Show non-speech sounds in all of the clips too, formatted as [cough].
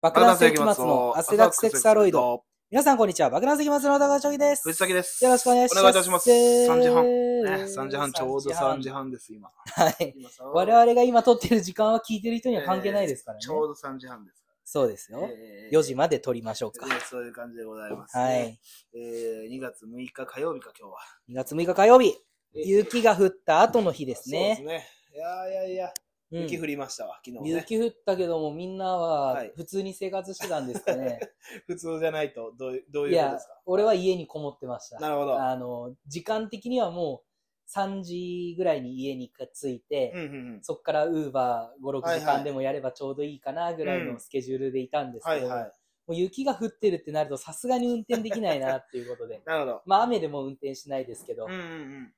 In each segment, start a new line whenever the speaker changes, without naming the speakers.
爆弾性期末の汗だくセクサロイド。。皆さんこんにちは。爆弾性期末の高橋です。
藤崎です。
よろしくお願いします。
お願いいたします。3時半。ね、
3
3時半、ちょうど3時
半。
半です、今。
はい。
今さ
我々が今撮ってる時間は聞いてる人には関係ないですからね。
ちょうど3時半ですか
そうです
ら
よ。
えー
4時まで撮りましょうか
え。ーそういう感じでございます。
はい。。
えー、2月6日火曜日か、今日は。
2月6日火曜日、
えー
雪が降った後の日です
そ
ね
う。ですね。いやいやいや、
うん
雪降りましたわ、昨日ね。
雪降ったけども、みんな
は
はい普通に生活してたんですか
[laughs]
ね。
普通じゃないと、どういう、どう
い
いうこと
や
ですか、
俺は家にこもってました。
なるほど。
あの、時間的にはもう3時ぐらいに家に着いて、
うんうんうん。
そこからウーバー5、
は
6
い
時
はい
間でもやればちょうどいいかなぐらいのスケジュールでいたんです
は
け
い
ど、
はい、
も。う雪が降ってるってなるとさすがに運転できないなっていうことで
[laughs] なるほど。
まあ雨でも運転しないですけど、
うんうんうん。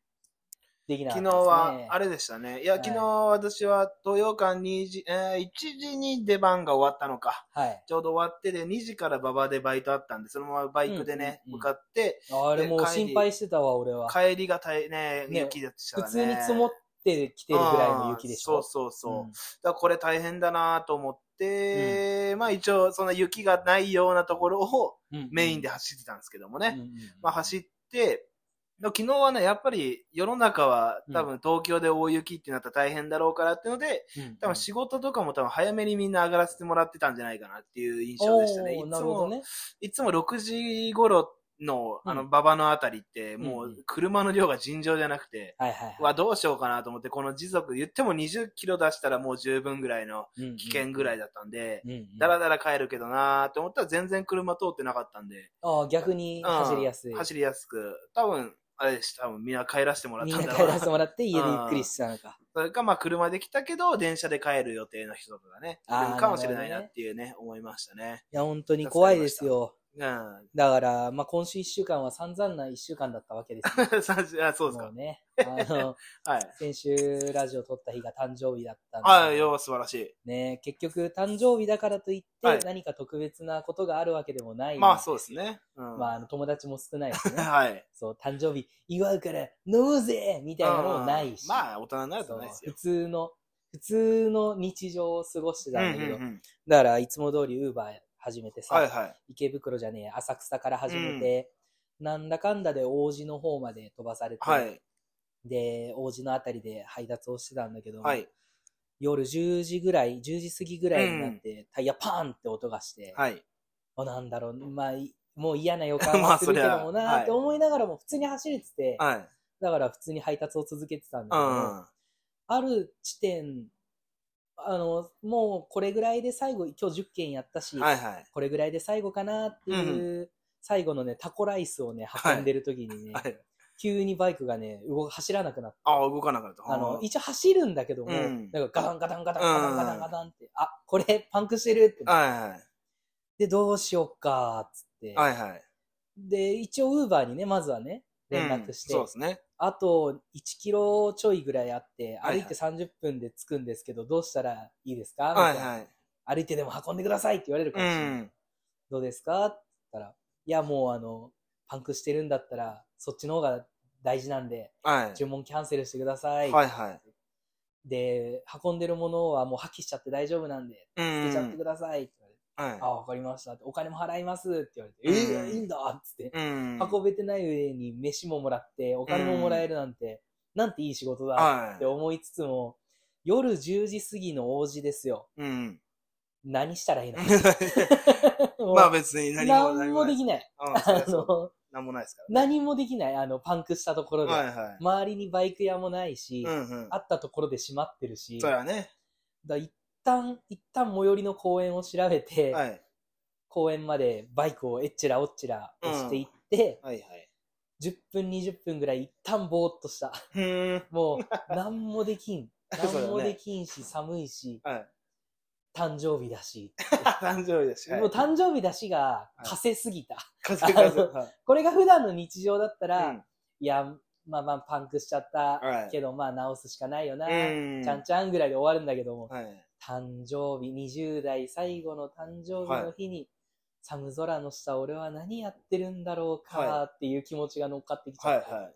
できなか
昨
っ
日
たです、ね。
は、あれでしたね。いや、
はい
昨日私は東洋館2時、えー1時に出番が終わったのか。
はい。
ちょうど終わってで、2時から馬場でバイトあったんで、そのままバイクでね、
うんうんうん
向かって、
あれもう心配してたわ、俺は。
帰りが大ね、
ね
雪でした
普
ね。
通に積もってきてるぐらいの雪でし
あ
ょ
ー。そうそうそう。
うん
だからこれ大変だなと思って、まあ一応、その雪がないようなところをメインで走ってたんですけどもね。
うんうんうん
まあ走って、でも昨日はね、やっぱり世の中は多分東京で大雪ってなったら大変だろうからっていうので、
うん
多分仕事とかも多分早めにみんな上がらせてもらってたんじゃないかなっていう印象でしたね。
お
い
ー
つ
なるほど
も、
ね。
いつも6時頃の、
うん
あの、馬場のあたりって、も
うん
う
う
車の量が尋常じゃなくて、
はいはい、
は
は
どうしようかなと思って、この時速、言っても20キロ出したらもう十分ぐらいの
い。
危険ぐらい
い。
だったんで、
うんうん
だらだら帰るけどなーって思ったら全然車通ってなかったんで、
ああ、逆に
うん
走りやすい。
走りやすく、多分、あれでした、多分みんな帰らせてもらっ
みん
たん
な
だ
帰
ろう
ら
な
せ。てもらって家でゆっくりしたの
[laughs]
か。
それか、まあ、車で来たけど、電車で帰る予定の人とかね、
あー
来るかもしれない
なるほ
な
どね
っていうね、思いましたね。
いや、本当に怖いですよ。
うん。 [laughs]
だから、まあ、今週一週間は散々な一週間だったわけですよ。
さあそうです
も
か
う。ね。あの、 [laughs]
はい。
先週ラジオ撮った日が誕生日だったんで。
ああ、よう、素晴らしい。
ね、結局、誕生日だからといって、
はい
何か特別なことがあるわけでもない。
まあ、そうです。ね。うん。
まあ、あの友達も少ないし
[laughs]
ね。
はい。
そう、誕生日祝うから飲むぜみたいなのもない
うん
し。
まあ、大人になる
そ
と
う
ないです
普
よ。
通の、普通の日常を過ごして
う
た
ん
ん
う
だ
ん
けど、
うん。
だから、いつも通りウーバー始めてさ、
はいはい。
池袋じゃねえ、浅草から始めて、なんだかんだで王子の方まで飛ばされて、
はい。
で、王子のあたりで配達をしてたんだけど、
はい。
夜10時ぐらい、10時過ぎぐらいになって、タイヤパーンって音がして、
はい。
あなんだろう、まあ、いもう嫌な予感
[laughs] ま
は
あ
するけども
そりゃ
な
は
ー
い
って思いながらも普通に走れてて、
はい。
だから普通に配達を続けてたんだ
う
けど、
ん。
ある地点、あの、もうこれぐらいで最後、今日10件やったし、
はいはい。
これぐらいで最後かなっていう、最後のね、タコライスをね、運んでる時にね、
はい。
急にバイクがね、動走らなくなって、
ああ、動かなかった。
あの、
うん
一応走るんだけども、
うん
なんかガタンガタンガタン
うん
ガタンガタンガタンって、あ、これパンクしてるって、
は
で、どうしようか、つって、
いはい。はいはい。
で、一応ウーバーにね、まずはね、連絡して、
うんそうですね。
あと1キロちょいぐらいあって、
はいは
歩
い
いて30分で着くんですけど、どうしたらいいですかみた
はいい
な、
はい。
歩いてでも運んでくださいって言われるか
う
もしれない。
ん。
どうですかって言ったら、いや、もうあの、パンクしてるんだったら、そっちの方が大事なんで、
は
注文キャンセルしてくださ
い。
い。
はいはい。
で、運んでるものはもう破棄しちゃって大丈夫なんで、
う
捨てちゃって
ん
く。ださいって言われて、あ、
は
わかりましたって。お金も払いますって言われて、
うん
えーいいんだっつって、
い。うん。
運べてない上に飯ももらって、お金ももらえるなんて、なんていい仕事だ
は
って
い。
思いつつも、夜10時過ぎの王子ですよ。 [laughs]
うん。 [laughs]
何したらいいのもう
まあ別に何も
何もできない。
うんそり
あ
ゃそう
の、
なんもないですからね。
何もできない、あの、パンクしたところで。
はいはい。
周りにバイク屋もないし、
うんうん。
あったところで閉まってるし、
そりゃね。
だ一旦、一旦最寄りの公園を調べて、
はい。
公園までバイクをえっちらおっちら押していって、
はいはい。
10分、20分ぐらい一旦ぼーっとした。 [laughs]
うーん。
もう、何もできん。
そうだね
何もできんし、寒いし、
はい。
誕生日だし。
[laughs] 誕生日だし。は
[laughs]
い
もう誕生日だしが、
い
稼すぎた。
風風風。はい
これが普段の日常だった
う
ら、
ん
いや、まあまあパンクしちゃった
はい
けど、まあ直すしかないよな、
うん
ちゃんちゃんぐらいで終わるんだけども、
はい。
誕生日、20代最後の誕生日の日に、寒空の下、俺は何やってるんだろう
は
かっていう気持ちが乗っかってきち
は
ゃ
い
って、
は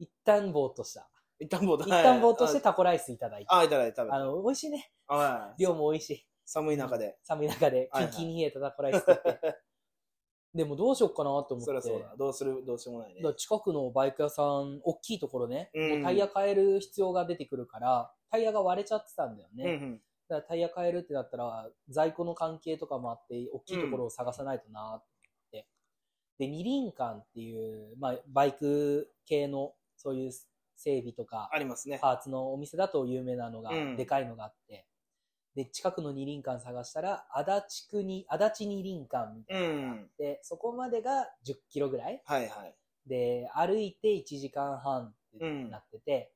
一旦ぼーっとした。
い。一旦ぼーっと。
一旦ぼーっとして
はい。
タコライスいただいて、
あ、いただいた。食べ
あ
た
の、美味しいね。
はい。
量も美味しい。
寒い中で。
寒い中で、
はい
キ
は
ン
い
キンに冷えたタコライス食って。
[laughs]
でもどうしよっかなと思って。
そりゃそうだ。どうする、どうしようもないね
だか。ら近くのバイク屋さん、大きいところね、
うん
もうタイヤ変える必要が出てくるから、タイヤが割れちゃってたんだよね。
うんうん。
だからタイヤ変えるってなったら、在庫の関係とかもあって、大きいところを探さないとなって、で、二輪館っていう、まあ、バイク系の、そういう整備とか
あ、りますね。
パーツのお店だと有名なのが、
うん
でかいのがあって、で、近くの二輪館探したら、足立区に、足立二輪館みた
う
いなのがあっ
ん。
て、そこまでが10キロぐらい
はいはい。
で、歩いて1時間半って
うん
なってて、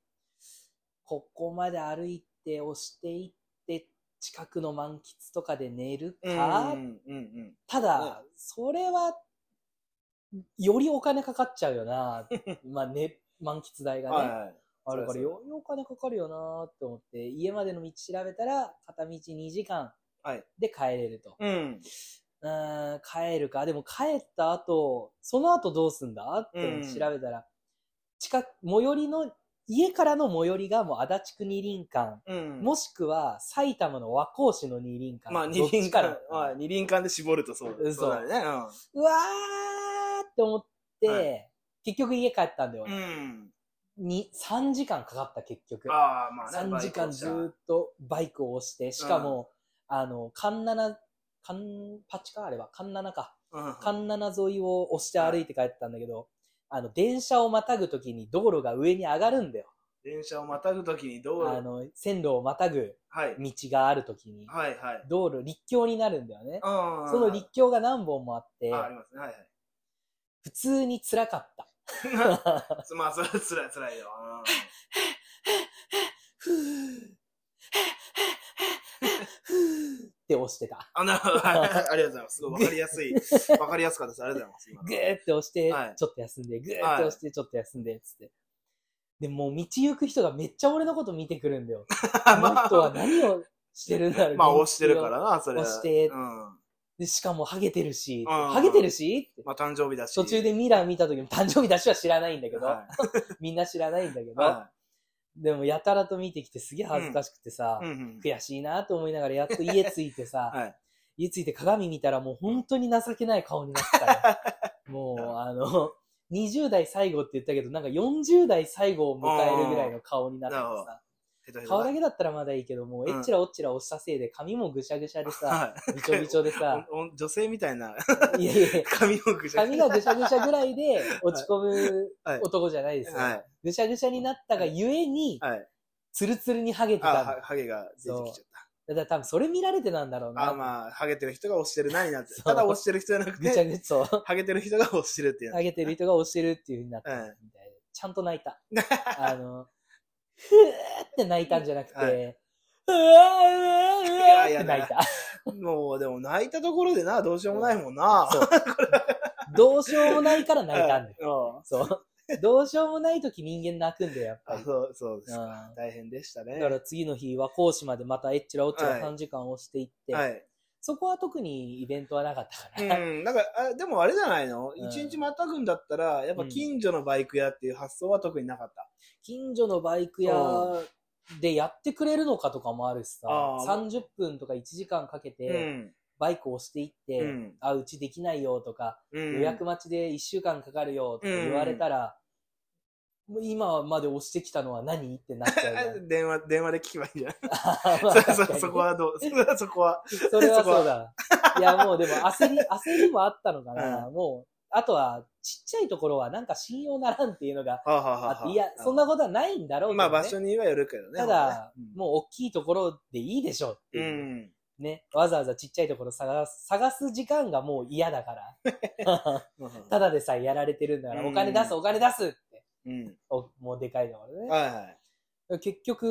ここまで歩いて押していって、近くの満喫とかで寝るか、
うんうんうん。
ただ、それは、よりお金かかっちゃうよ
[laughs]
な。まあね、満喫代がね。
はいはい。
あるから、
そうそう
よりお金かかるよなって思って、家までの道調べたら、片道2時間
はい
で帰れると。
うん。
うーん、帰るか。でも帰った後、その後どうすんだって
うん
調べたら、近く、最寄りの、家からの最寄りがもう足立区二輪館、
うん。
もしくは埼玉の和光市の二輪館。
まあ、
ど
二
っち
輪
か
間
ら。
まあ、二輪間で絞るとそう
うん
そうだね。
うわーって思って、
は
結局家帰ったんだよ
う。ん。
に3時間かかった結局。
ああ、まあね
3時間ずーっとバイクを押して、しかも、あの、カンナナ、カンパチかあれは、カンナナか。カンナナ沿いを押して歩いて帰ったんだけど、あの、電車をまたぐときに道路が上に上がるんだよ。
電車をまたぐときにどう、
あ
はい。
の、線路をまたぐ
はい
道があるときに、
はい。うん
道路、陸橋になるんだよね。そ
そ
の陸橋が何本もあって、
あ、ありますね。はいはい。
普通に辛か
[laughs]
った。
つまあ、それは辛い辛いよ。うん
ふぅ、ふぅって押してた。
あ、なるほど。
[laughs]
はいはいありがとうございます。すごいわかりやすい。わかりやすかったです。ありがとうございます
ぐーって押して
はい、
ちょっと休んで、ぐーって押して、ちょっと休んで、つって。で、もう道行く人がめっちゃ俺のこと見てくるんだ
[laughs]
よ。あ
今。
の人は何をしてるんだろう。
[laughs] まあ、押してるからな、それは。
押して
うん。
で、しかも、ハゲてるし、
うん
ハゲてるしって
まあ、誕生日だし。
途中
だ
でミラー見た時も誕生日出しは知らないんだ
け
けど、
は
みんな知らないんだけ
い。
ど、
は
でもやたらと見てきてすげえ恥ずかしくてさ、
い。うんうん
悔しいなと思いながらやっと家着いてさ、
[laughs] はい
家着いて鏡見たらもう本当に情けない顔になってた
[laughs]
よもう、あの、20代最後って言ったけど、なんか40代最後を迎えるぐらいの顔になってて
うんなるほ
さ、
ヘトヘト
顔だけだったらまだいいけど、もう
うん
えっちらおっちら押したせいで髪もぐしゃぐしゃでさ、
はい
びちょびちょで
[laughs]
さ、
おお女性みたいな [laughs]
いやいやいや
髪をぐちゃ
髪
ぐちゃ
がぐしゃぐしゃぐらいで落ち込む
はい
男じゃないですよ。
はい
ぐしゃぐしゃになったがゆえに、
はい
[laughs] ツルツルにハゲて
あ
たんだ。
はハゲが出てきちゃっ
だから多分それ見られてなんだろう
た
な。
あまあハゲてる人が押してるなになって
そう
ただ押してる人じゃなく
ぐちゃ
て
ぐちゃ、そう。
ハゲてる人が押してるってい
[laughs]
う
ハゲてる人が押してるっていう風になってる
うん
みたいで。ちゃんと泣い
[laughs]
た。あの、ふーって泣いたんじゃなくて、
は
うわーうわーうわーって泣い
い
た。
もうでも泣いたところでなどうしようもないもんな
そう。どうしようもないから泣いたんだよ。
よ
そう。どうしようもない時人間泣くんだよ、やっぱ
あ
り。
そうそうです
うん
か大変でしたね
だから次の日は講師までまたエッチラオッチラ
はい
3時間押していって、
はい
そこは特にイベントはなかったか
[laughs] う
ら。
ん、なんかあでもあれじゃないの
うん
一、日またぐんだったらやっぱ近所のバイク屋っていう発想は特になかった、
近所のバイク屋でやってくれるのかとかもあるしさ、
あー
30分とか1時間かけてバイク押していって、
うん
あ、うちできないよとか、
うん
予約待ちで1週間かかるよとか言われたら、もう今まで押してきたのは何ってなっちゃうじゃ
[laughs] あ電話電話で聞けばいいんじゃない
ん [laughs] まあ
そ
確か
そ
に
そこはどうそこは。
[laughs] それはそうだ。いや、もうでも焦り、焦りもあったのかな。もう、あとは、ちっちゃいところはなんか信用ならんっていうのが
はあはあ
あ
はあ
っ
はあ
て、いや、そんなことはないんだろうけど、ね。
まあ場所にはよるけどね。
ただ
うん、
もう大きいところでいいでしょうって
う
いう。
ん。
ね。わざわざちっちゃいところ探す、探す時間がもう嫌だ
[laughs]
から。ただでさえやられてるんだから、
うん
お金出す、お金出すって。
うん。
おもうでかいのろ
はいはい。
ね。結局、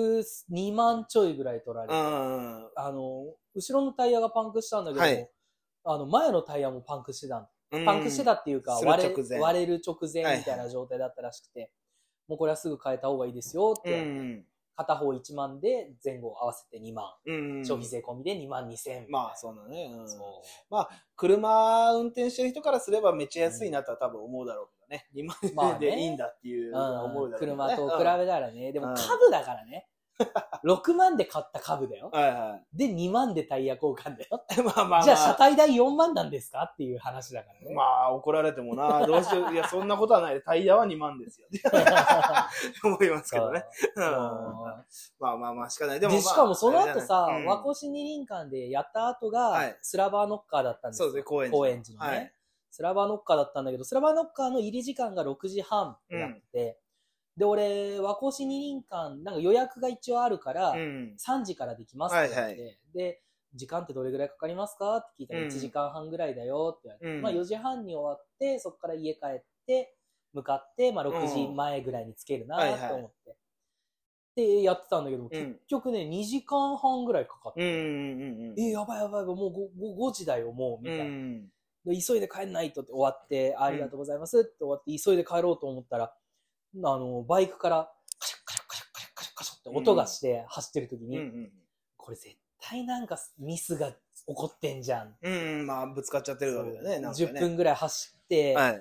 2万ちょいぐらい取られて、
あ
あの、後ろのタイヤがパンクしたんだけど、
はい
あの、前のタイヤもパンクしてたんだ
ー
パンクしてた。っていうか、
する
割
直
れ
前
割れる直前みたいな状態だったらしくて、もうこれはすぐ変えた方がいいですよって
う
言われて、
ん。
片方1万で前後合わせて2万、
うん。
消費税込みで2万2千。
まあそうだね。うん
そ
車運転してる人からすればめっちゃ安いなとは多分思うだろうけどね。2万
まあ
円で
ね
いいんだっていう
う。
思うだろうけど
車
ね。
と比べたらね、でも
うん
株だからね。 6万で買った株だよ。
はいは
で、2万でタイヤ交換だよ。
い。まあまあまあ。
じゃあ車体代4万なんですかっていう話だからね。
まあ、怒られてもな、どうしよう。いや、そんなことはない。タイヤは2万ですよ。思います
[laughs]
けどね。うん
そう
まあまあまあ、しかない。
で
でも、まあ、
しかもその後さ、
あれじゃないうん
和光市二輪館でやった後
は
が
い、
スラバーノッカーだったんです
そ
よ
うですね、公園
高円寺のね、
はい
スラバーノッカーだったんだけど、スラバーノッカーの入り時間が6時半ってなってて、で、俺、和光市二輪館、なんか予約が一応あるから、
うん。
3時からできますって言われて、
はい
で、時間ってどれぐらいかかりますかって聞いたら
うん
1時間半ぐらいだよって言われて、
うん
まあ4時半に終わって、そこから家帰って、向かって、まあ6時前ぐらいに着けるなと思って、
はいは
で、やってたんだけど、
うん
結局ね、2時間半ぐらいかかって、
うんうんうんうん。
えーやばいやばいやばい、もう 5, 時だよ、もう、みたいな。
うん。
で急いで帰んないとって終わって、ありがとうございますって終わって、急いで帰ろうと思ったら、あの、バイクから、カシャッカシャッカシャッカシャッカシャッカシャッって音がして走ってる時
うん
に、
うん
これ絶対なんかミスが起こってんじゃん。
うん、まあ、ぶつかっちゃってるわけだね、なんかね。
10分ぐらい走って、
は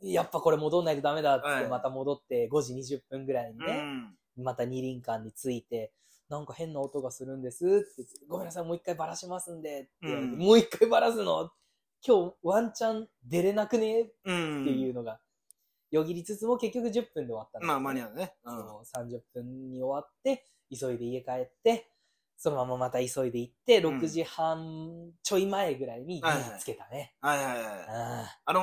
い。
やっぱこれ戻んないとダメだっつっ
は
て、
い
また戻って5時20分ぐらいに
う
ね、
ん。
また二輪館に着いて、なんか変な音がするんですって言ってごめんなさい、もう一回バラしますんでって言われて、
うん
もう一回バラすの今日ワンチャン出れなくねっ
うん。
ていうのが、よぎりつつも結局10分で終わったんですよ
まあ、間に合うね。うん。
そう30分に終わって、急いで家帰って、そのまままた急いで行って、
うん
6時半ちょい前ぐらいに
はいはい
家につけたね。
はいはいはい。
あ
あの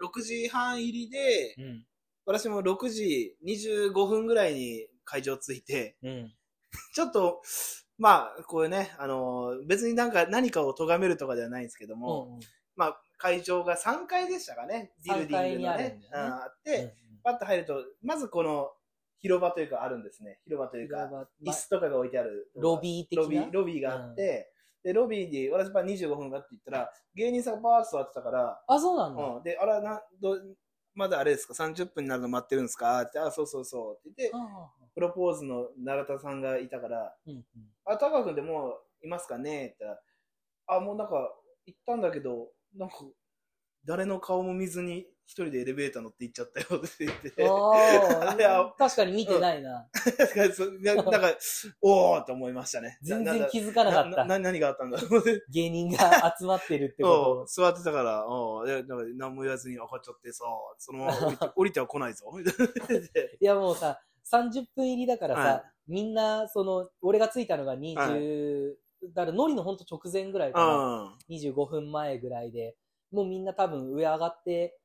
ー、6時半入りで
あ、うん。
私も6時25分ぐらいに会場着いて、
うん。
ちょっと、まあ、こういうね、あのー別になんか何かを咎めるとかではないんですけども、
うんうん
まあ、会場が3階でしたかね、ビルディングの
三階にある
ね
ん、だよね
うんあって、パッと入ると、まずこの広場というかあるんですね。広場というか、椅子とかが置いてある。
ロビー的な。
ロビー、ロビーがあって、で、ロビーに、私は25分かって言ったら、芸人さんがバーッと座ってたから、
あ、そうなんだ。
うん、で、あら、な、ど、まだあれですか ?30 分になるの待ってるんですかって、あ、そうそうそう。って言って、
ああ
プロポーズの永田さんがいたから、
うんうん
あ、タカ君でもういますかねって言ったら、あ、もうなんか、行ったんだけど、なんか、誰の顔も見ずに一人でエレベーター乗って行っちゃったよって言って。あれ
ああ、
は
確かに見てないな。
確かにそう [laughs] ななんか、おーって思いましたね。
全
な
然気づかなかっ
なな [laughs]
た。
な何があったんだろうね。
芸人が集まってるって
お
こ
う [laughs] 座ってたから、おうでなんか何も言わずに分かっちゃってさ、そのまま降りて降りては来ない [laughs] ぞ。みたい
と。いや、もうさ、30分入りだから
は
さ、みんな、その、俺が着いたのが20、だから、ノリのほんと直前ぐらいかな。
な
25分前ぐらいで、もうみんな多分上上がって、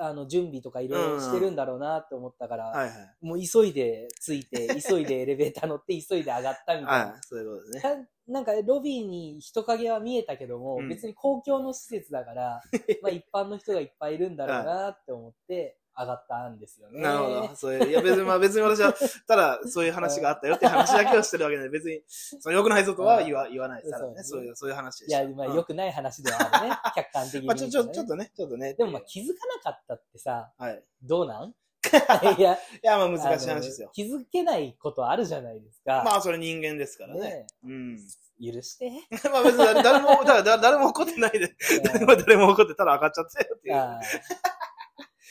あの、準備とかいろいろしてるんだろうなって思ったから、
うん。はいはい。
もう急いで着いて、
[laughs]
急いでエレベーター乗って、急いで上がったみたいな。
はい、そういうことですね。
たなんかロビーに人影は見えたけども、
うん
別に公共の施設だ
[laughs]
から、まあ一般の人がいっぱいいるんだろうなって思って上がったんですよね。
なるほど。そういう、いや別に、まあ別に私は、ただそういう話があったよって話だけをしてるわけで、別に、その良くないことは言わ言わないです。ただね、
そ
そうういう、そういう話で
い
した。
や、まあ
うん
良くない話ではあ
[laughs]
るね。客観的に、ね。
まあちょ、ちょ、ちょっとね、ちょっとね。
でもまあ気づかなかったってさ、
はい。い
どうなん
[laughs]
いや、
や、まあ難しい話です
あの
よ。
気づけないことあるじゃないですか。
まあそれ人間ですからね。
ね
うん。 [laughs]
許して。
まあ別に誰誰も、だだ誰も怒ってないで、 [laughs] 誰も誰も怒ってたら上がっちゃったよっていう。 [laughs]
あー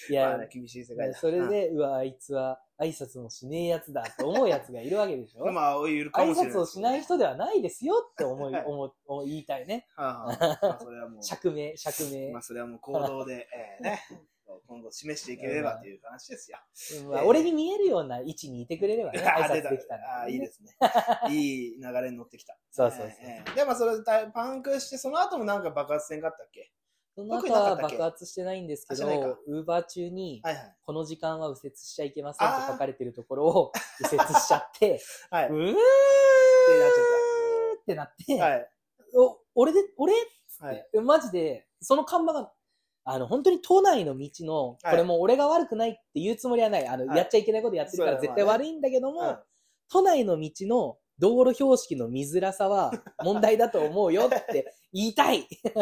い
まあ
や
ね、、厳しい世界だ。
それ
うん、
で、うわ、あいつは挨拶もしねえやつだって思うやつがいるわけでしょ。
まあ、いるか
挨
もしれない。
拶をしない人ではないですよって思い、
はい
思思い言いたいね。
はいはいまあそれ
[laughs]
はもう、
釈明、釈明
まあ、それはもう行動で、え
[laughs]
ーね、今後示していければという話ですよ。
うんまあ俺に見えるような位置にいてくれればね、挨
[laughs] あ出
拶できたら、
あー、い
[laughs]
いですね。いい流れに乗ってきた。
そうそうそう
えーえーで、まあ、それ大パンクして、その後もなんか爆発戦があったっけ
その後
特になか
は
ったっけ
爆発してないんですけ
あしてない
ど
か、
ウーバー中に、
はいはい。
この時間は右折しちゃいけませんって書かれてるところを右折しちゃって、
は
うー
い。
ってなって、
はい。
お俺で、俺
はい。
マジで、その看板が、あの、本当に都内の道の、
はい
これもう俺が悪くないって言うつもりはない。あの、
はい
やっちゃいけないことやってるから
そうだ
絶
よ
対
まあ
悪いんだけども、
うん
都内の道の道路標識の見づらさは問題だと思うよって言いたい。
まあ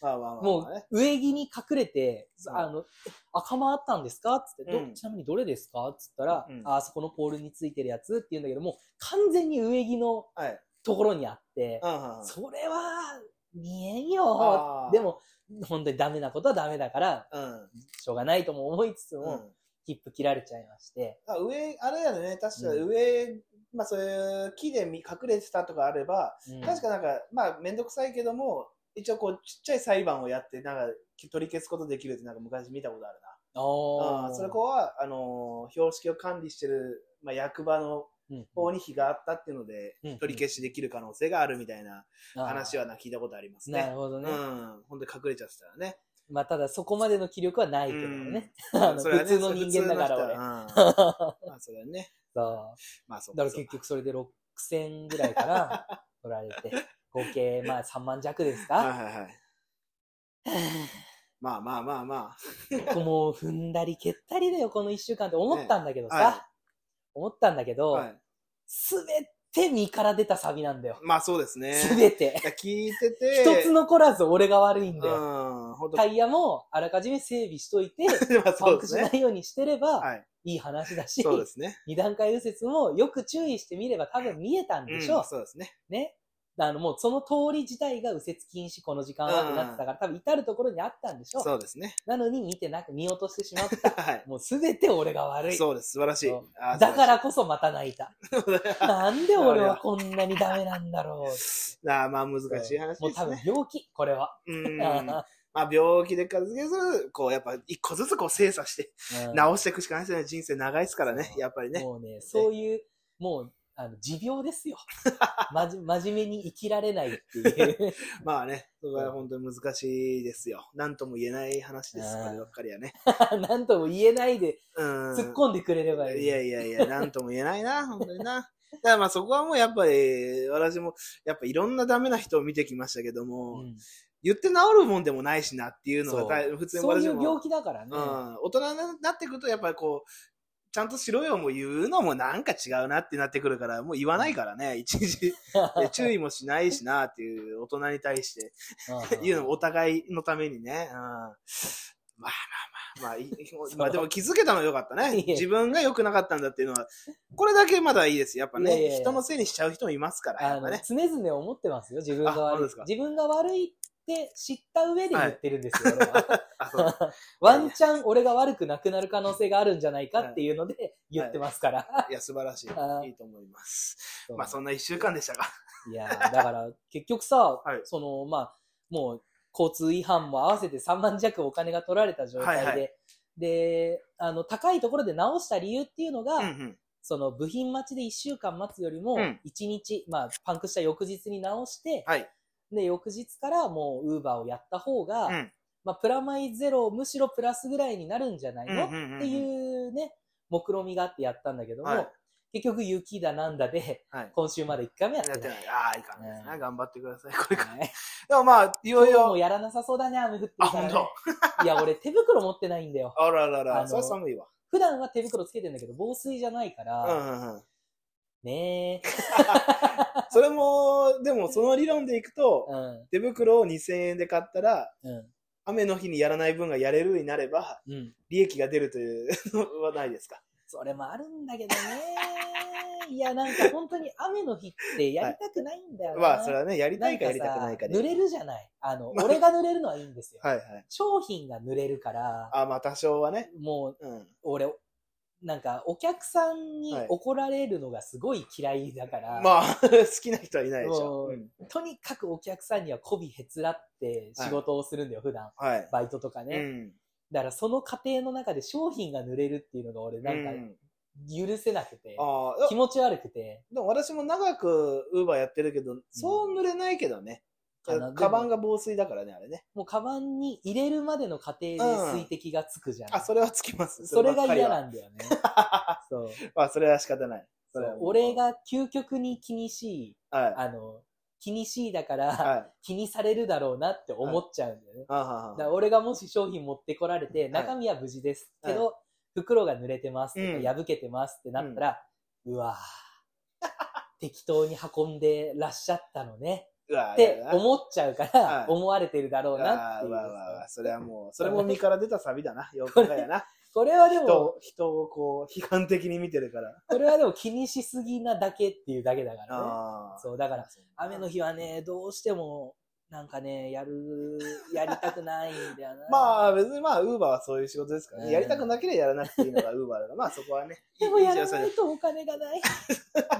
まあまあ
も
まあね。
う上着に隠れて、
うん
あの、赤間あったんですかっつって、ど
うん
ちなみにどれですかっつったら、
うん
ああそこのポールについてるやつって言うんだけども、完全に上着の
はい。
ところにあって、
うんうんうん
それは、見えんよ
あ。ー
でも、本当にダメなことはダメだから、
うん。
しょうがないとも思いつつも、
うん
切符切られちゃいまして、
あ上、あれやね、確か
うん
上、まあそういう木で見隠れてたとかあれば、
うん
確かなんか、まあめんどくさいけども、一応こうちっちゃい裁判をやって、なんか取り消すことできるってなんか昔見たことあるな。
あ
あ
ー
それこは、あのー標識を管理してる、まあ、役場の
うん
方に火があったっていうので、
うん
取り消しできる可能性があるみたいな
あー
話はな聞いたことあります
なる
ね。
ほど
う
ね。
ん。ほんで隠れちゃってたらね。
まあ、ただそこまでの気力はないけどね。[laughs]
うん
あの
それは
普
ね
通の人間だから [laughs] 俺。
普通の人はうんまあそれはね。
そ。
まあそうう
だから
そう
結局それで6000ぐらい
[laughs]
から取られて、合計まあ3万弱ですか
はいはいはい。
[laughs]
まあまあまあま
もう踏んだり蹴ったりだよ、この1週間って思ったんだけど
あ。
さ。
は
思ったんだけ
い。
ど、
はい、
すべて身から出たサビなんだよ。
まあそうですね。
すべて
い。や聞いてて。
一つ残らず俺が悪いんだよ。
うん、ほんと。
タイヤもあらかじめ整備しといて、
ま
パ
あ [laughs] そ
ン
うで
クし
す
な
ね。
いようにしてれば
はい。
いい話だし、
そうですね。
二段階右折もよく注意してみれば多分見えたんでしょう。
うんそうですね。
ね。あの、もうその通り自体が右折禁止この時間はってなってたから、多分至るところにあったんでしょ
そうですね。
なのに見てなく、見落としてしまった。
[laughs] は
もうすべて俺が悪
い。
い。
そうです。素晴らしい
そう。
あー
だからこそまた泣い
[laughs]
た。
素晴らしい
なんで俺はこんなにダメなんだろうって。
あーまあ難しい話
も
で
う多
す
分
ね。
病気、これは。
うん。
[laughs] う
まあ病気で片付けず、こうやっぱ一個ずつこう精査して、
ん
直していくしかないですよね。人生長いですからね
そ。う
やっぱりね。
もうね、そういう、もう、あの、持病です
[laughs]
よ。まじ、真面目に生きられないっていう。 [laughs]
まあね、それは本当に難しいですよ。なんとも言えない話です。
うん
こればっかりはね。
なんとも言えないで、
うん。
突っ込んでくれればいい。
いやいやいや、なんとも言えない [laughs] な、本当にな。だからまあそこはもうやっぱり、私も、やっぱいろんなダメな人を見てきましたけど
う
も、
ん
言って治るもんでもないしなっていうのが大、普通に
そう
私
いう
も。
病気だからね。
うん、大人になってくると、やっぱりこう、ちゃんとしろよも言うのもなんか違うなってなってくるから、もう言わないからね、一
[laughs]
時。で注意もしないしなっていう大人に対して。
うん
いうのもお互いのためにね。うん、まあまあまあ、まあい
[laughs]
い、まあでも気づけたのはよかったね
い。え
自分が良くなかったんだっていうのは、これだけまだいいです。やっぱね、
いやいやいや
人のせいにしちゃう人もいますから、
あ
やっぱ
の
ね。
常々思ってますよ、自分が
あそう
悪い
ですか。
自分が悪いって知った上で言ってるんですよ、俺は
[laughs] あそう
[laughs] ワンチャン俺が悪くなくなる可能性があるんじゃないかっていうので言ってますから。
いや、素晴らしい
あ。
いいと思います。
そう
まあそんな一週間でしたか。
いやーだから結局さ、
い
そのまあもう交通違反も合わせて3万弱お金が取られた状態で、
はいは
であの高いところで直した理由っていうのが、
うんうん。
その部品待ちで1週間待つよりも
う
1
ん
日、まあ、パンクした翌日に直して、
はい。
で翌日からもうウーバーをやった方が、
うん
まあ、プラマイゼロむしろプラスぐらいになるんじゃないの、
うんうんうんうん
っていうね目論みがあってやったんだけども、
はい
結局雪だなんだで
はい。
今週まで1回目やっ
やってて
な
ない
い。。
ああ、いい感じです
う
ね。頑張ってください。これから。
はい
でもまあ、いよい
今日も
よ。
やらな [laughs] さそうだね、雨降って
あ、
るから、
本
ね。
当。
いや、俺手袋持ってないんだよ。
あらら
あ
ら
の
ら。それは寒いわ。
普段は手袋つけてんだけど、防水じゃないか
う
ら、
んうんうん。
ねえ。
それも、でもその理論でいくと、
うん、
手袋を2000円で買ったら、
う
雨の日にやらない分がやれるようになれば、
ん、うん。
利益が出るという [laughs] のはないですか。
それもあるんだけどね。いや、なんか本当に雨の日ってやりたくないんだよな。
まあ、それはね、やりたいかや
なん
り
か
たく
さ
ないかで。
濡れるじゃない。あの、
まあ
俺が濡れるのはいいんですよ。
はいはい。
商品が濡れるから、
あまあ、多少はね。
もう、
うん。
俺、なんか、お客さんに
はい
怒られるのがすごい嫌いだから、
まあ、好 [laughs] きな人はいないでし
も
ょ。
う
うん
とにかくお客さんには媚びへつらって仕事をするんだよ、普段。
はい。
バイトとか
う
ね。
ん。
だからその過程の中で商品が濡れるっていうのが俺なんか
うん
許せなくて、
ああ、
気持ち悪くて。
でも私も長くウーバーやってるけど、そう濡れないけどね。
あの
カバン
でも
が防水だからね、あれね。
もうカバンに入れるまでの過程で
うん
水滴がつくじゃん。
あ、それはつきます。
それが嫌
な。
なんだよね。そう
[laughs] まあ、それは仕方ない。そ
そ
れ
う
は。
俺。が究極に気にしい、
は
あの、気にしいだから、
い。はい。
気にされるだろうなって思っちゃうんだよね。
あは
だから
は。
俺がもし商品持ってこられて、中身は無事ですけど、袋が濡れてますと
うん
か、破けてますってなったら、うわ
[laughs]
ぁ、適当に運んでらっしゃったのね
うわ
って
やだな
思っちゃうから、
はい
思われてるだろうなっ
あ
て
ー
いう。
わあわあわあそれはもう、それも身から出たサビだな。よく考えやな。
これはで
人
も、
を、人をこう、批判的に見てるから。
これはでも気にしすぎなだけっていうだけだからね。
ああ。
そう、だから、雨の
日。。
日はね、どうしても、なんかね、やる、やりたくないんだよな
まあ、別にまあ、ウーバーはそういう仕事ですから
う
ね。
ん
やりたくなければやらなくていいのがウーバーだから、まあそこはね。
でもやら
いい
な
じ
いとお金が
[laughs]
ない。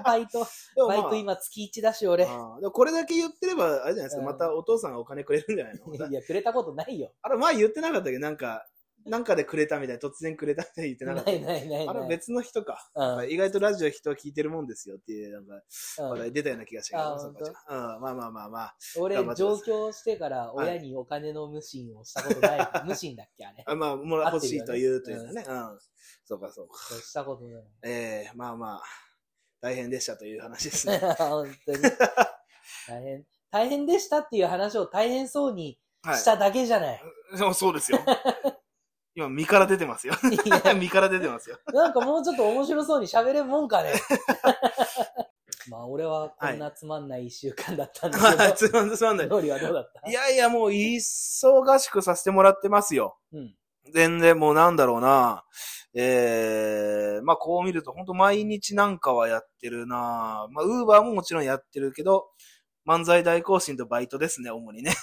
バイト、
ゃん
バイト。今月1だし、俺
それ。でもまあああでもこれだけ言ってれば、あれじゃないですか、
うん
またお父さんがお金くれるんじゃないの
いや、くれたことないよ。
あれ、前言ってなかったっけど、なんか、なんかでくれたみたいな、突然くれたって言ってなか
な
った。
いないない
あ
な
れ、
い。
別の人か。
うん
意外とラジオ人は聞いてるもんですよっていう、なんか、
うん
話題出たような気がしたけど、
あ
そこじゃうん、まあまあまあまあ。
俺
頑張、ってくだ
上
さい
京してから親にお金の無心をしたことない。
[laughs]
無心だっけあれ。
あまあ、もら
合っ
欲
て
し
る
い
よね
というというのはね。うん。そうかそうか。
そうしたことない。
[laughs] ええまあまあ、大変でしたという話です
[laughs]
ね。
本当に。大変。大変でしたっていう話を大変そうに
はい
し。ただけじゃ
[laughs]
ない。
でもそ
[laughs]
うですよ。今、身から出てますよ。
い、や、
身から出てますよ。
なんかもうちょっと面白そうに喋れるもん
[laughs]
かね。まあ、俺はこんなつまんない一週間だったんだけど、
[laughs] つまんつまんない。
料理はどうだった
いやいや、もう、忙しくさせてもらってますよ。
うん。
全然もうなんだろうな。ええまあこう見ると本当毎日なんかはやってるな。まあウーバーももちろんやってるけど、漫才大行進とバイトですね、主にね。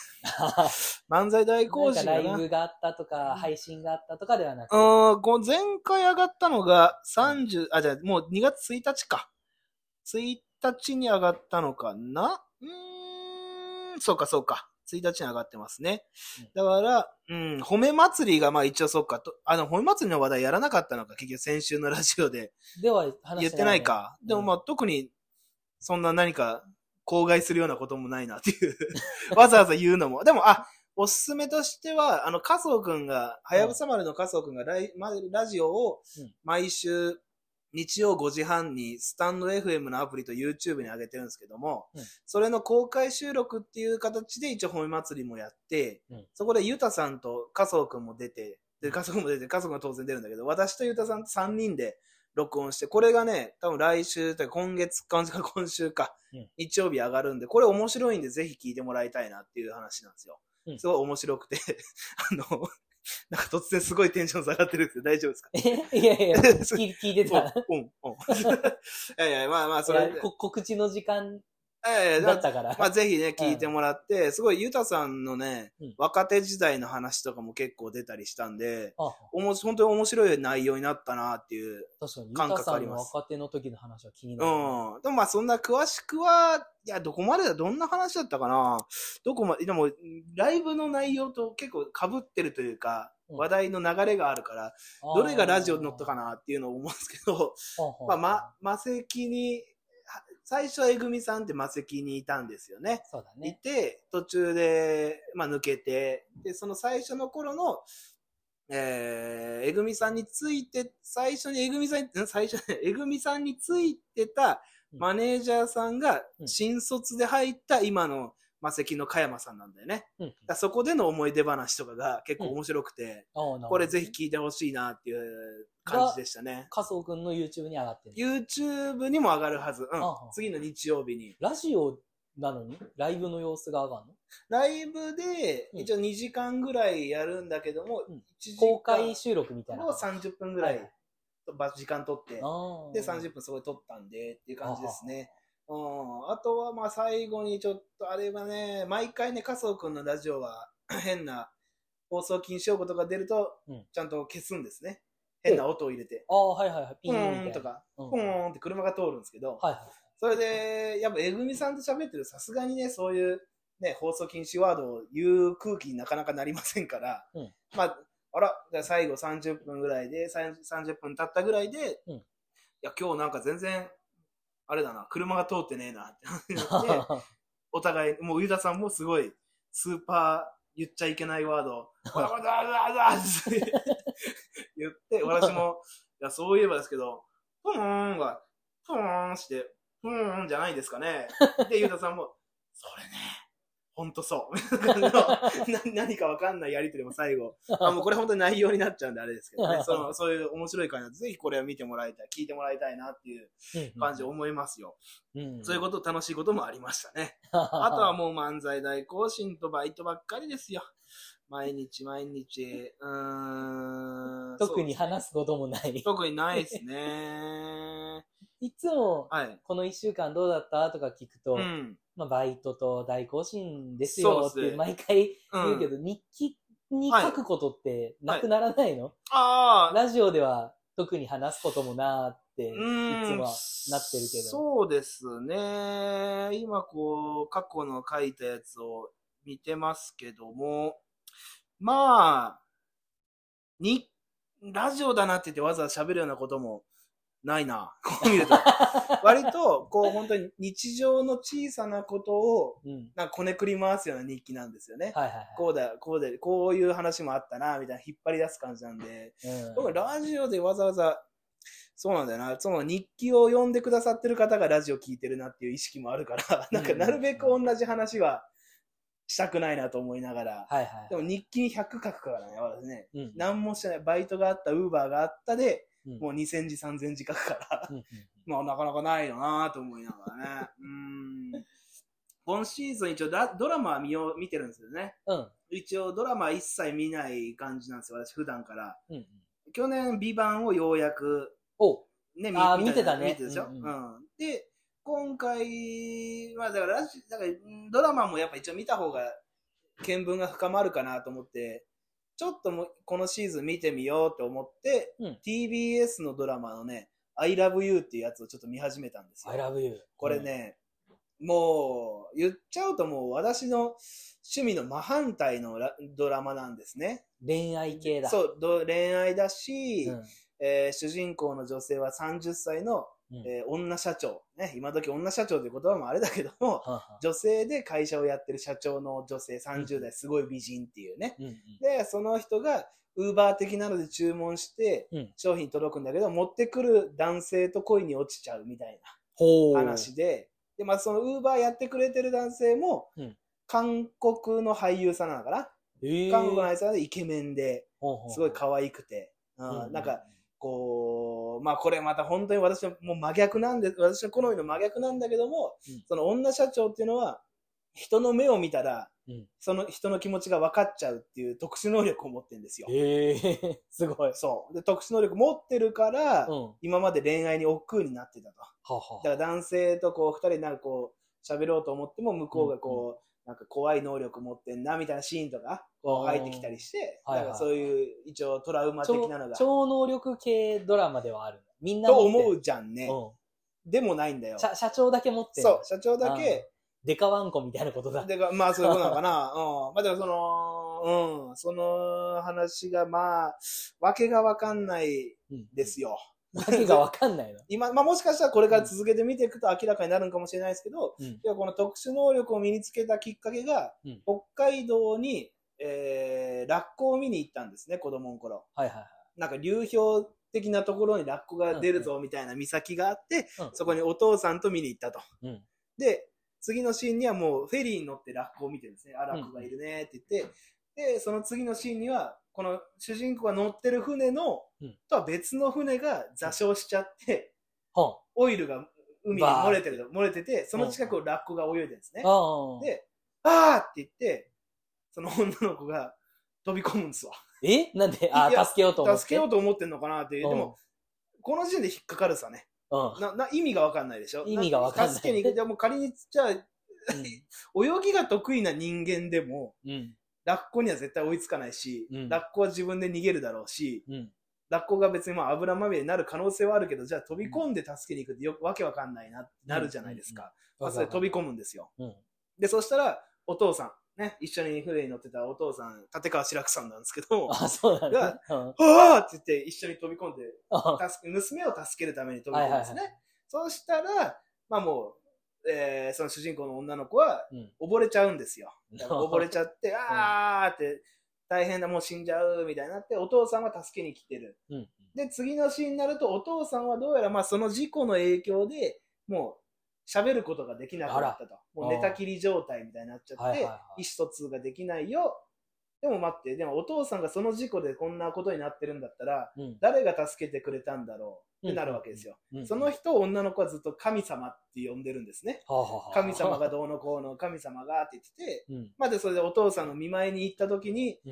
漫才大
な
行
んか
進が
ライ
な。う
ブがあったとか、配信があったとかではなく、
ーん、こう前回上がったのが30、あ、じゃあもう2月1日か。1日に上がったのかなうーん、そうかそうか。1日に上がってますね
うん。
だから、うん、褒め祭りが、まあ一応そうかと、あの、褒め祭りの話題やらなかったのか、結局先週のラジオで
では話
言ってないか。でもまあ特に、そんな何か、口外するようなこともないなっていう。 [laughs] わざわざ言うのも。でも、あ、おすすめとしては、あの、加藤くんが、はやぶさ丸の加藤くんがライ、まラジオを
うん、
毎週、日曜5時半に、スタンド FM のアプリと YouTube に上げてるんですけども、
うん
それの公開収録っていう形で一応褒め祭りもやって、
うん
そこでゆたさんと加藤くんも出て、で、加藤くんも出て、加藤くんは当然出るんだけど、私とゆたさんと3人で録音して、これがね、多分来週、というか今月、今週か、今週か、
うん
日曜日上がるんで、これ面白いんで、ぜひ聞いてもらいたいなっていう話なんですよ。
うん
すごい面白くて、 [laughs] あの、なんか突然すごいテンション下がってるんですけど、大丈夫ですか
えいやいや、
[laughs]
聞聞いてた。
うん、うん、うん。いやいや、まあまあ、そ
いや
れ、
こ告知の時間
いやいや、
だったから。
まあ、ぜひね、聞いてもらって、すごい、ゆたさんのね、
うん
若手時代の話とかも結構出たりしたんで、
あ、
おもし本当に面白い内容になったなっていう。
確かに、ゆ
感
た
覚
さ
あ
ん
り
の
ます
若手の時の話は気になる。
うん。でもまあ、そんな詳しくは、いや、どこまでだ、どんな話だったかな。どこまで、でも、ライブの内容と結構被ってるというか、
うん
話題の流れがあるから、
あー
どれがラジオに乗ったかなっていうのを思うんですけ
[laughs]
ど、
ほうほう
まあ、ま、魔石に、は最初はえぐみさんって魔石にいたんですよね。
そうだ
い
ね。
て、途中で、まあ、抜けて、で、その最初の頃の、えー、えぐみさんについて、最初にえぐみさんに、ん最初に、えぐみさんについてた
うん
マネージャーさんが
うん
新卒で入った今の魔石の加山さんなんだよね。だか
うん
らそこでの思い出話とかが結構面白くて、
あーなるほど
これぜひ聞いてほしいなっていう感じでしたね。
加藤くんの YouTube に上がってる。
YouTube にも上がるはず。うん
ああ。
次の日曜日に。
ラジオなのにライブの様子が上がるの
ライブで、
うん
一応2時間ぐらいやるんだけども、
うん
一時間
公開収録みたいな。
を30分ぐら、
はい
ば時間取って、
あー
で、30分そこで取ったんで、っていう感じですね。うん、あとは、まあ、最後にちょっと、あれはね、毎回ね、加藤くんのラジオは、 [clears throat] 変な放送禁止用語とか出ると、
うん
ちゃんと消すんですね。変な音を入れて、
ああ、はいはいはい。
ピ
ピーンみたいな
ーンと。か、
うん
ポ
はい
ーンって車が通るんですけど、
は
それで、やっぱ、えぐみさんと喋ってるとさすがにね、そういう、ね、放送禁止ワードを言う空気になかなかなりませんから、
うん
まあ、あら、じゃあ最後30分ぐらいで、さん30分経ったぐらいで、
うん
いや、今日なんか全然、あれだな、車が通ってねえ
[laughs]
なって
い
なって、
は
お互い、もう、ゆださんもすごい、スーパー、言っちゃいけない
[laughs]
ワードを、わわわわわって言って、私も、いや、そういえばですけど、ふーんは、ふーんして、ふーんじゃないですかね。で、ゆうたさんも、それね、ほんとそう。 [laughs] みたいな感じのな何かわかんないやりとりも最後。あもうこれ本当に内容になっちゃうんであれですけど
[laughs]
ね。そのそういう面白い感じなんで、ぜひこれを見てもらいたい、聞いてもらいたいなっていう
い。
感じを思いますよ。
うん。
そういう
こ
こと、楽しいこともありましたね。
と。
あ
あ
とはもう漫才大更新とバイトばっかりですよ。毎日毎日。うーん。
[laughs] 特
そう
に話すこともない。 [laughs]
特にないですね。
いつも、
はい。
この一週間どうだったとか聞くと、
うん。
まあ、バイトと大更新ですよっ
そうです
て
ね
毎回
う
言うんけ。ど、日記に書くことってなくならないの、
ああ、
ラジオでは特に話すこともなーって、いつ
う
も
ーん。
はなってるけど。
そうですね。今こう、過去の書いたやつを見てますけども、まあ、に、ラジオだなって言ってわざわざ喋るようなこともないな。こう見ると。割と、こう本当に日常の小さなことを、
[laughs] うん。
なんかこねくり回すような日記なんですよね。
はいはいはい。
こうだ、こうで、こういう話もあったな、みたいな引っ張り出す感じなんで、
うん
僕ラジオでわざわざ、そうなんだよな、その日記を読んでくださってる方がラジオ聞いてるなっていう意識もあるから、なんかなるべく同じ話はしたくないなと思いながら、
はいはい。
でも日記に100書くからね、私ね。
うん、
何もしてない。バイトがあった、ウーバーがあったで、
うん
もう2000字、3000字書くから
う、んうん
まあなかなかないよなと思いながらね。うん。今シーズン一応ラドラマは見よう、見てるんですよね。
うん。うん
一応ドラマ一切見ない感じなんですよ、私普段から。
うんうん。
去年、美版をようやく、
お
ね、
あー
み
見てたね
見てたでしょ、
う
うんん
うん
で、今回は、だからラジ、だからうんドラマもやっぱ一応見た方が、見聞が深まるかなと思って、ちょっともうこのシーズン見てみようと思って、
うん
TBS のドラマのね、I love you っていうやつをちょっと見始めたんですよ。
I love you.
これね、もう、言っちゃうともう私の趣味の真反対のラドラマなんですね。
うん、恋愛系だ。。
そうう、ど恋愛だし、
うん
えー主人公の女性は30歳の、
うん
えー女社長。ね、今時女社長という言葉もあれだけど
[laughs]
も、
はんはん
女性で会社をやってる社長の女性30代、すごい美人っていうね。
うんうん
で、その人が、ウーバー的なので注文して
うん、
商品届くんだけど、持ってくる男性と恋に落ちちゃうみたいな。
ほう。
話で、で、まあ、そのウーバーやってくれてる男性も、
うん
韓国の俳優さんなのかな、
えー、
韓国の俳優さんでイケメンで、
ほうほう
すごい可愛くて、
う
うんなんか、、こう、まあこれまた本当に私のもう真逆なんで、私の好みの真逆なんだけども、
うん
その女社長っていうのは、人の目を見たら、
うん
その人の気持ちが分かっちゃうっていう特殊能力を持ってるんですよ。
えー、 [laughs] すごい。
そう。で、特殊能力持ってるから、
うん。は
今まで恋愛に億劫になってたと。
あはあ
だから男性とこう二人なんかこう喋ろうと思っても向こうがこう、なんか怖い能力持ってんなみたいなシーンとかこう入ってきたりして、
はいはい
なんかそういう一応トラウマ的なのが。と
超能力系ドラマではある。みんな持ってる
思うじゃんね。でもないんだ
う
よ
ん、。社社長だけ持ってる
そう、社長だけ、
デカワンコみたいなことだ。
でかまあそういうことなのかな。 [laughs] うん。まあでもその、うん、その話がまあ、わけがわかんないで
よ。
すよ。
わけがわかんないの。
今、まあもしかしたらこれから続けて見ていくと明らかになるんかもしれないですけど、
うん。
でこの特殊能力を身につけたきっかけが、
うん
北海道に、えー、ラッコを見に行ったんですね、子供の頃。
はいはいはい。
なんか流氷的なところにラッコが出るぞみたいな岬があって、
うん
そこにお父さんと見に行ったと。
うん
で、次のシーンにはもうフェリーに乗ってラッコを見てるんですね。あ、
うん
ラッコがいるねって言って、で、その次のシーンには、この主人公が乗ってる船の、
うん
とは別の船が座礁しちゃって、
ほ
オイルが海に漏れてる、漏れてて、その近くをラッコが泳いでるんですね
ん。。ああ。
で、あーって言って、その女の子が飛び込むんですわ。
えなんであ
いや
助けようと思って。
助けようと思ってんのかなっていう。でも、この時点で引っかかるさね。
うん、うん。
な、な、意味がわかんないでしょ
意味がわかんない
助けに行く。でも仮に、じゃあ、泳ぎが得意な人間でも、
うん。
ラッコには絶対追いつかないし、
うん
ラッコは自分で逃げるだろうし、
うん。
ラッコが別にまあ油まみれになる可能性はあるけど、じゃあ飛び込んで助けに行くってよくわけわかんないな、なるじゃないですか。まあそれで飛び込むんですよ。
うん。
で、そしたら、お父さん、ね、一緒に船に乗ってたお父さん、立川志らくさんなんですけど、あ
あ、そうなんだ。うん。
あって言って一緒に飛び込んで、
あ
助け娘を助けるために飛び込むんですね。
は
そうしたら、まあもう、えーその主人公の女の子は
うん
溺れちゃうんですよ。だから溺れ
ち
ちゃって、あーって、大変だ、もう死んじゃう、みたいになって、お父さんは助けに来てる。
ゃうん。
で、次のシーンになると、お父さんはどうやら、まあ、その事故の影響で、もう、喋ることができなくなったと。もう寝たきり状態みたいになっちゃって、
はいはいはい
意思疎通ができないよ。でも待って、でもお父さんがその事故でこんなことになってるんだったら、
うん。
誰が助けてくれたんだろうってなるわけですよ。
うん
その、人を女の子はずっと神様って呼んでるんですね。
はあはあはあ
神様が。どうのこうの、神様がって言ってて、
うん。
まあで、それでお父さんの見舞いに行った時に、
うん。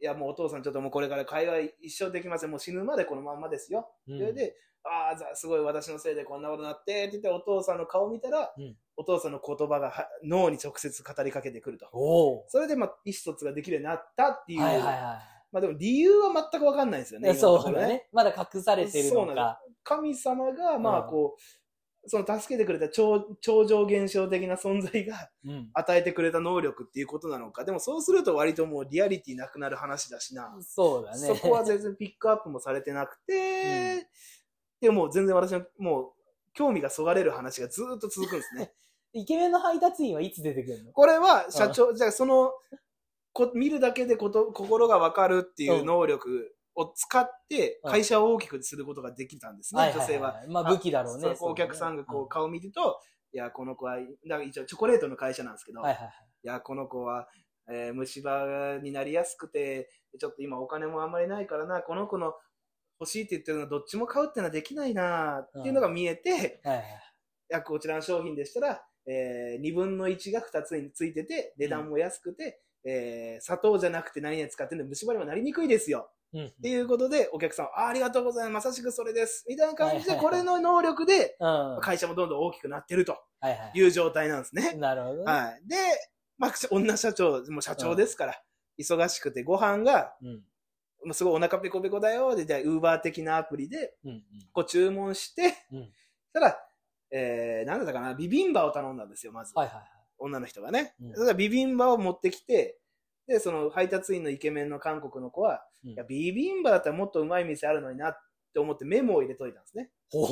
いやもうお父さんちょっともうこれから会話一生できません。もう死ぬまでこのまんまですよ。
うん
それ、で、ああ、ざすごい私のせいでこんなことになって、って言ってお父さんの顔見たら、
うん
お父さんの言葉がは脳に直接語りかけてくると。
おお。
それで、まあ、意思疎通ができるようになったっていう。
はいはいは
まあでも理由は全くわかんないんですよ
い
ね。
で。
今のと
そ
こ
う
ろ
だ。ね。まだ隠されてるの
そうな
か。
神様が、まあ
うん
こう、その助けてくれた超超常現象的な存在が
うん。
与えてくれた能力っていうことなのか。でもそうすると割ともうリアリティなくなる話だしな。
そうだね。
そこは全然ピックアップもされてなくて、でもう全然私のもう興味がそがれる話がずーっと続くんで
[laughs]
すね。
イケメンの配達員はいつ出てくるの
これは社長、じゃあその、こ見るだけでこと心がわかるっていう能力を使って
うん
会社を大きくすることができたんですね、
はい
女
はい
性
い
は。
いまあ武器だろうね。
そうこうお客さんがこう顔見ると、いや、この子は、だから一応チョコレートの会社なんですけど、
はい
い、
はいはい。
や、この子は、えー虫歯になりやすくて、ちょっと今お金もあんまりないからな、この子の欲しいって言ってるのどっちも買うってのはできないな、っていうのが見えて、い
はいはい
や、こちらの商品でしたら、え2分の1が2つについてて、値段も安くて、えー砂糖じゃなくて何々使ってるので虫歯にもなりにくいですよ。
うん。
っていうことで、お客さんは、あーありがとうございます。まさしくそれです。みたいな感じで、
はい
これの能力で、
うん。は
会社もどんどん大きくなってると
いはい
いう状態なんですね。。
なるほどね。
はい。で、まあ、女社長、もう社長ですから、忙しくてご飯が、
うん。
もうすごいお腹ペコペコだよ。で、じゃあ、ウーバー的なアプリで、
うんうん。
こう注文して、
うん
そしたら、えー、なんだったかな、ビビンバを頼んだんですよ、まず。
はいはいはい。
女の人がね。
うん
そしたら、ビビンバを持ってきて、で、その配達員のイケメンの韓国の子は、
うん
いや、ビビンバだったらもっとうまい店あるのになって思ってメモを入れといたんですね。
ほ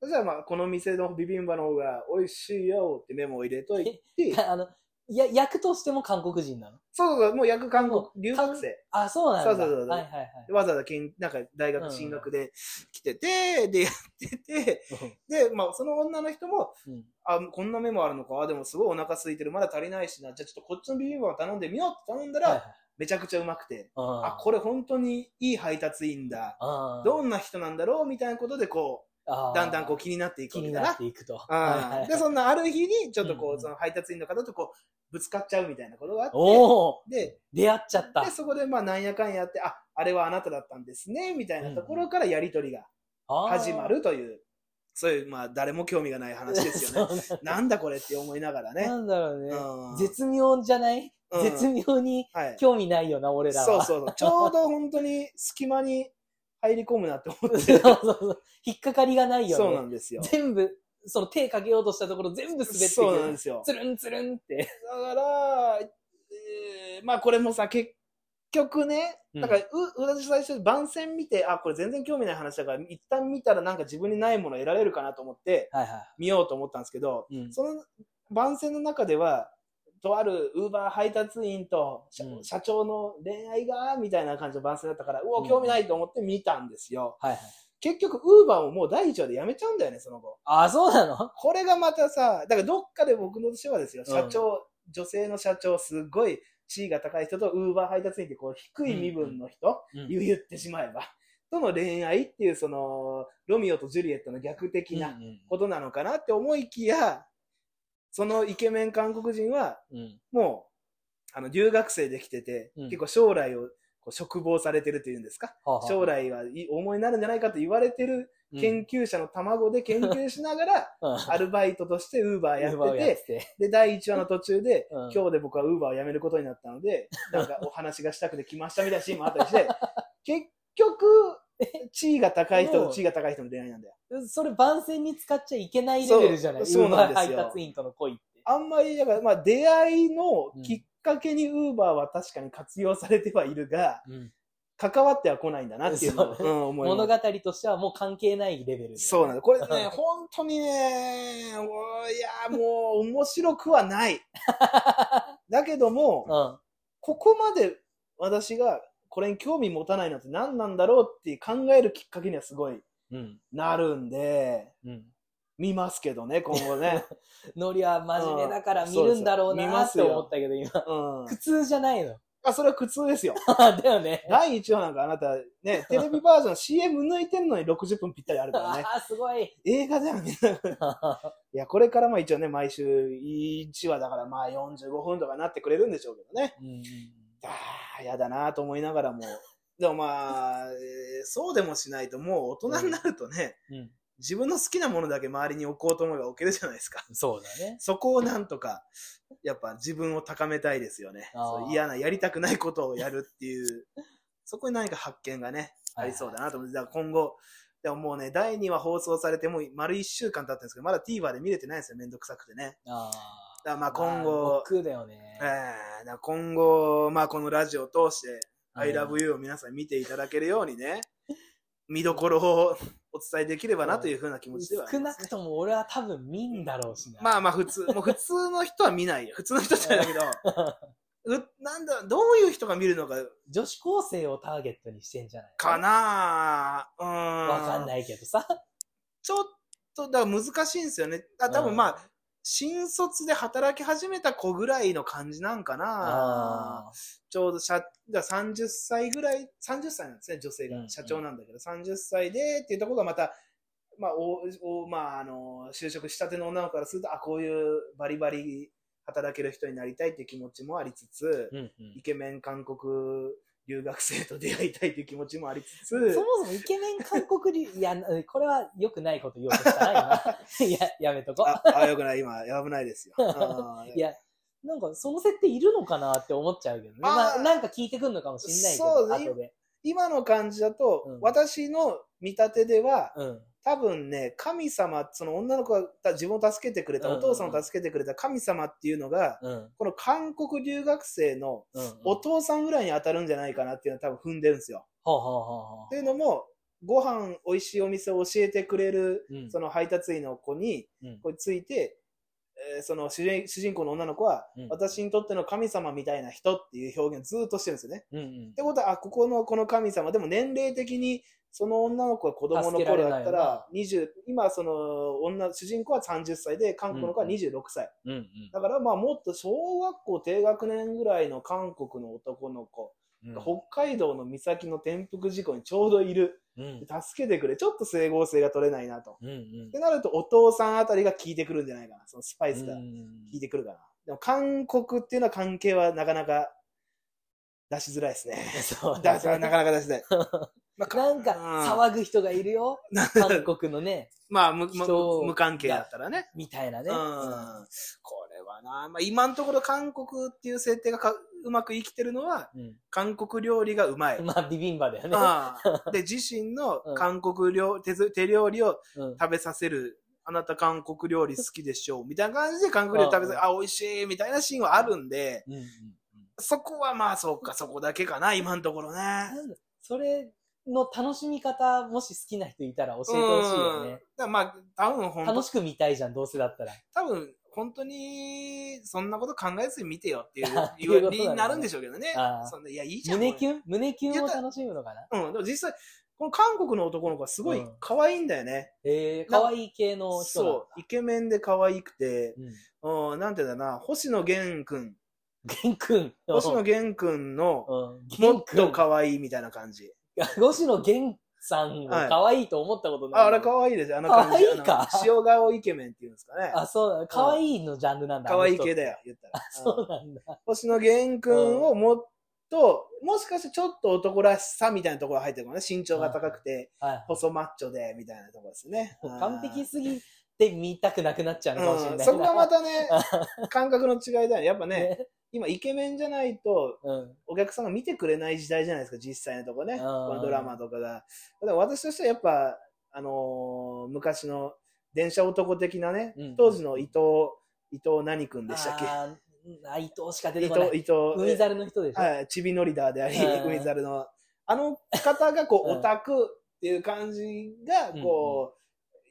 そしたらまあ、この店のビビンバの方が美味しいよってメモを入れといて
[laughs] う。、 [laughs] あの、や、役としても韓国人なの
そうそう、もう役韓国
も、
留学生。
あ、そうなんだ。
そうそうそうそう
はいはいはい。
わざわざけん、なんか大学進学で来てて、で、やってて、で、まあ、その女の人も、
うん
あ、こんなメモあるのか、あ、でもすごいお腹空いてる、まだ足りないしな、じゃあちょっとこっちのビビンバを頼んでみようって頼んだら、
はいはい
めちゃくちゃうまくて、
うん
あ、これ本当にいい配達員だ。
うん
どんな人なんだろうみたいなことで、こ
あ
う、
ー
だんだんこう気になっていく
気
わけ
に
だ
な
な
っ。ていくと。はい
あ
はい
で、そんなある日に、ちょっとこ
うんう
う、
ん
その配達員の方とこう、ぶつかっちゃうみたいなことがあって、
おお
で、
出会っちゃった
で、。そこでまあ、なんやかんやって、あ、あれはあなただったんですね、みたいなところからやりとりが
あー
始ま。るという、そういう、まあ、誰も興味がない話ですよね。
[laughs] そう
なんだこれって思いながら
な
ね。
んだろうね。
うん
絶妙じゃない
うん
絶妙に
はい。
興味ないよな、俺ら
そう
は。
そうそう。ちょうど本当に隙間に入り込むなって思
[laughs] [laughs]
っ
そ
て
うそうそう。引っかかりがない
そうな
よね。
んですよ。
全部、その手かけようとしたところ全部滑って
そうなん
く
で
る。
すよ。
つるんつるんって。
だから、えーまあこれもさ、結局ね、
うん
だから、う、私最初番宣見て、あ、これ全然興味ない話だから、一旦見たらなんか自分にないもの得られるかなと思って、
はいは
見ようと思ったんですけど、
い。うん
その番宣の中では、とあるウーバー配達員と社,、
うん
社長の恋愛が、みたいな感じの番宣だったから、う
う
お、
ん
興味ないと思って見たんですよ。
はいはい。
結局、ウーバーももう第一話でやめちゃうんだよね、その後。
あ、そうなの
これがまたさ、だからどっかで僕の私はですよ、社長、女性の社長、すごい地位が高い人と、ウーバー配達員ってこう、低い身分の人、
うん
言ってしまえば、との恋愛っていう、その、ロミオとジュリエットの逆的な
うんうん
ことなのかなって思いきや、そのイケメン韓国人は、
うん
もう、あの、留学生できてて、
うん
結構将来をこう嘱望されてるというんですか、
はあはあ
将来はいい思いになるんじゃないかと言われてる
うん
研究者の卵で研究しながら、
うん
[laughs] アルバイトとし
[laughs]
てウーバーや
ウーバー
っ
を
て、
やってて
で、第1話の途中で、
うん
今日で僕はウーバーを辞めることになったので、なんかお話がしたくて来ましたみたいなシーンもあった
[laughs]
りして、結局、地位が高い人と地位が高い人の恋愛なんだよ。
それ番宣に使っちゃいけないレベルじゃない
そうそうなんですよ
ウーバー配達員との恋って。
あんまり、だから、まあ、出会いのきっかけにウーバーは確かに活用されてはいるが、関わっては来ないんだなっていうのを、、
そううん
思います
物語としてはもう関係ないレベル。
そうなん
の。
だ。これね、 [laughs] 本当にね、もういや、もう面白くは
[laughs]
ない。だけども、
うん。
ここまで私がこれに興味持たないのって何なんだろうって考えるきっかけにはすごい
うん。
なるんで、
うん。
見ますけどね、今後ね。
ノリは真面目だから見るんだろう
うんそう
な
で
っ
す
て
よ
思ったけど、今。
うん
苦。痛じゃないの。
あ、それは苦痛ですよ。
だよね。
第1話なんかあなた、ね、テレビバージョン CM 抜いてんのに60分ぴったりあるか
[laughs]
らね。
ああ、すごい。
映画だよね。いや、これからも一応ね、毎週1話だからまあ45分とかなってくれるんでしょうけどね。
うん
ああ、やだなと思いながらも。でもまあ、えーそうでもしないともう大人になるとね、
うん。
自分の好きなものだけ周りに置こうと思えば置けるじゃないですか。 [laughs]
そうだね。
そこをなんとか、やっぱ自分を高めたいですよね。
あー
そう嫌な、やりたくないことをやるっていう、そこに何か発見がね、あ
はい
りそうだなと思って、だから今後、でももうね、第2話放送されてもう丸1週間経ったんですけど、まだ TVer で見れてないんですよ、めんどくさくてね。
あ
だからま
あ。
あ今
まあ
後、
僕だよね。
えーだから今後、まあこのラジオを通して、
うん
I love you を皆さん見ていただけるように
[laughs]
ね、見どころをお伝えできればなというふうな気持ちではあり
少
ま
な
すね
くとも俺は多分見んだろうしな。
まあまあ普通、もう普通の人は見ないよ。普通の人じゃな
[laughs]
いけど、うなんだ、どういう人が見るのか、
女子高生をターゲットにしてんじゃない
かなぁうーん。
わかん
い。
ないけどさ。
ちょっと、だから難しいんですよね。あ、多分まあ、新卒で働き始めた子ぐらいの感じなんかなぁ
あ
ちょうど社、だから30歳ぐらい、30歳なんですね、女性
うんう
が。
ん
社長なんだけど、30歳でっていうところがまた、まあ、お、お、まあ、あの、就職したての女の子からすると、あ、こういうバリバリ働ける人になりたいっていう気持ちもありつつ
ー。、うん
イケメン韓国留学生と出会いたいという気持ちもありつつ、
うん。そもそもイケメン韓国流、いや、これは良くないこと言おうとしたな、
[laughs]
今。いや、やめとこう。
あ、あ、よくない、今、危ないで
[laughs]
すよ。あー
いや、なんかその設定いるのかなって思っちゃうけどね。
まあ
まあ、なんか聞いてくんのかもしんないけ
そう
ど、
ね
後で。
今の感じだと、
うん
私の見立てでは、
うん。
多分ね、神様、その女の子がた自分を助けてくれた、
うん
お父さんを助けてくれた神様っていうのが、
うん。
この韓国留学生の
うん。
お父さんぐらいに当たるんじゃないかなっていうのは多分踏んでるんですよ。
ほうほうほうほ
というのも、ご飯、美味しいお店を教えてくれる、
う。うん。
その配達員の子に、
うん
これついて、えーその主人主人公の女の子は、
うん
私にとっての神様みたいな人っていう表現をずっとしてるんですよね。
うんうん
っ。てことは、あ、ここのこの神様、でも年齢的に、その女の子が子供
助
の
けられ
頃
な
だ
い
っ
よ
た
な
ら、20、今その女、主人公は30歳で、韓国の子は26歳。
うんうん
だからまあもっと小学校低学年ぐらいの韓国の男の子、
うん
北海道の岬の転覆事故にちょうどいる。
うん
助けてくれ。ちょっと整合性が取れないなと。
うん
っ
うん
てなると、お父さんあたりが効いてくるんじゃないかな。そのスパイスが
う
効
ん
いてくるかな。でも、韓国っていうのは関係はなかなか出しづらいですね。
そう [laughs]
出すなかなか出しづらい。まあ
なんか
うん
騒ぐ人がいるよ。韓国のね、
まあ、無無
人が
無関係だったらね。
みたいな
うん。
ね。
これはな、まあ今のところ韓国っていう設定がかうまく生きてるのは、
うん
韓国料理がうまい。
まあ、ビビンバだよね。 [laughs]
うんで、自身の
うん
韓国料手ず手料理を
うん
食べさせる、あなた韓国料理好きでしょう、みたいな感じで韓国料理食べさせる、あ、美味しい、みたいなシーンはあるんで、
うんうん
そこはまあそうか、そこだけかな、今のところね。
なんだそれの楽しみ方、もし好きな人いたら教えてほしいよ
うんだ
ね
か。らまあ、多分本
楽
当
しく見たいじゃん、どうせだったら。
多分本当に、そんなこと考えずに見てよっ
[laughs]
てい
あ
う、
いうことだね
になるんでしょうけどね
あ。ー
そんな、いや、いいじゃん。
胸キュン胸キュンを楽しむのかな
うん、でも実際、この韓国の男の子はすごい
うん
可愛いんだよね。
えー、可愛い系の人なんだ
そう、イケメンで可愛くて、
うん。
うん、なんていうんだろうな、星野源くん。
玄君。
星野源くんの、
うん。
も
玄
っと
君。
可愛いみたいな感じ。
星野源さんを
はい
可愛いと思ったことない。
あ、あれ可愛いですよあの感じ。
可愛いか
あの塩顔イケメンっていうんですかね。
あ、そうなの。可愛いのジャンルなんだ。
可愛い系
で。
だよ、言ったら。
そう
うん
なんだ。
星野源くんをもっと、もしかしてちょっと男らしさみたいなところが入ってるかもね。身長が高くて、
はい。
細マッチョで、みたいなところですね。
完璧すぎて見たくなくなっちゃうのかもしれ
うん、
ない。
そこがまた
[laughs]
ね、感覚の違いだよ。やっぱね、
ね。
今イケメンじゃないと
うん。
お客さんが見てくれない時代じゃないですか、実際のとこね。
うん
このドラマとかが。だから私としてはやっぱ、あのー昔の電車男的なね、
うん
当時の伊藤、伊藤何君でしたっけ
あーあ、伊藤しか出
伊
てこ
藤
な、い。
伊藤、
海猿の人でしょ。
はい、ちびのリーダーであり、
うん
海猿の。あの方がこう、
うん
オタクっていう感じが、こ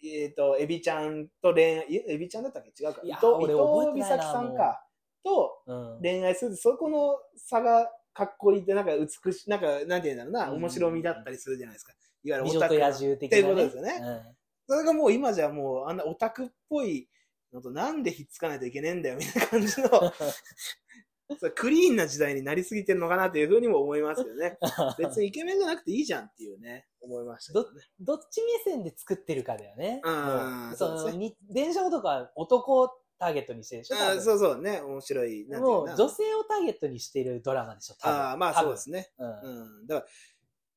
う、えっ、と、エビちゃんと恋愛、えエビちゃんだったっけ違うか。
い
伊
や
藤、伊
俺覚えて
藤美
ないな
咲さん
もう
か。と、
うん。
恋愛するそこの差がかっこいいって、なんか美しい、なんか、なんていうんだろうな、
うん
面白みだったりするじゃないですか。いわゆ
美
るオ
女
タ
と
ク
野
な。
獣的
っていう
な
こ
ね。
とですよねそれがもう今じゃもう、あんなオタクっぽいのとなんでひっつかないといけねえんだよ、みたいな
[laughs]
感じの、それクリーンな時代になりすぎてるのかなというふうにも思いますけどね。
[laughs]
別にイケメンじゃなくていいじゃんっていうね、思いましたけどね。
うん。どっち目線で作ってるかだよね。
うん
もうそ
そう
の
です
に電車男は男をターゲットにしてるでしょ。多
うん
分
そうそうね、面白い。なんてい
も
う
う
かな
女性をターゲットにしてるドラマでしょ、多分
ああ、まあそうですね。
うん
うん。だから、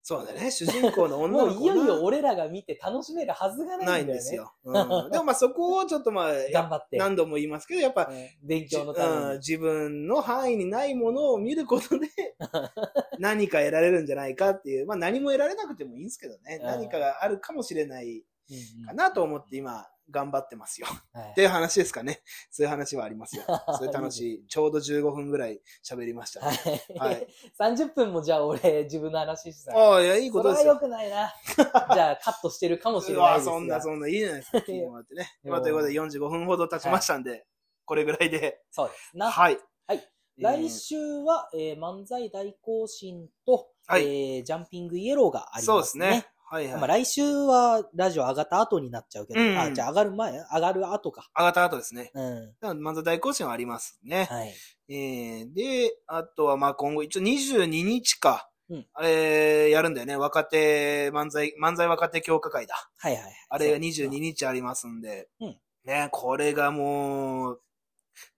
そうだ
[laughs]
ね。主人公の女
も
の
う
子
いよいよ俺らが見て楽しめるはずが
な
ない
い
ん
ん
だ
で
よ
す
ね。
よ。
[laughs]
うん、でもまあそこをちょっとまあ、や
頑張って。
何度も言いますけど、やっぱ、
うん勉強のために。
うん、自分の範囲にないものを見るこ
[laughs]
とで何か得られるんじゃないかっていう、まあ、何も得られなくてもいいんですけどね
うん
何かがあるかもしれない
うんうん
かなと思って今頑張ってますよ
はい
っていう話ですかねそういう話はありますよそういう楽しい
いい
ちょうど15分ぐらい喋りました、ね、
[laughs] は
はいい。
30分もじゃあ俺自分の話してたら。
[laughs] ああいやいいこ
ことれ
で
は良
すよ
くない
[laughs]
な。じゃあカットしてるかもしれ
う
ない
わ
ですが。
そんなそんないいじゃな
[laughs]
いですか聞いてもらってねまあということで45分ほど経ちましたんで、これぐらいで
そうですな。
はい、
はい
えー
来週は、えー漫才大行進と、
はい
えージャンピングイエローがあり
そう
ま
ですす
ね。
ねはいはい、
まあ、来週はラジオ上がった後になっちゃうけど、
うん
あじゃあ上がる前、上がる後か。
上がった後ですね
うん。
なのでまず大行進はありますね。
はい。
えーで、あとはまあ今後、一応22日か、
うん
あれやるんだよね。若手漫才、漫才若手強化会だ。
はいはいはい。
あれが
そう
22日ありますんで、
うん
ね、これがもう、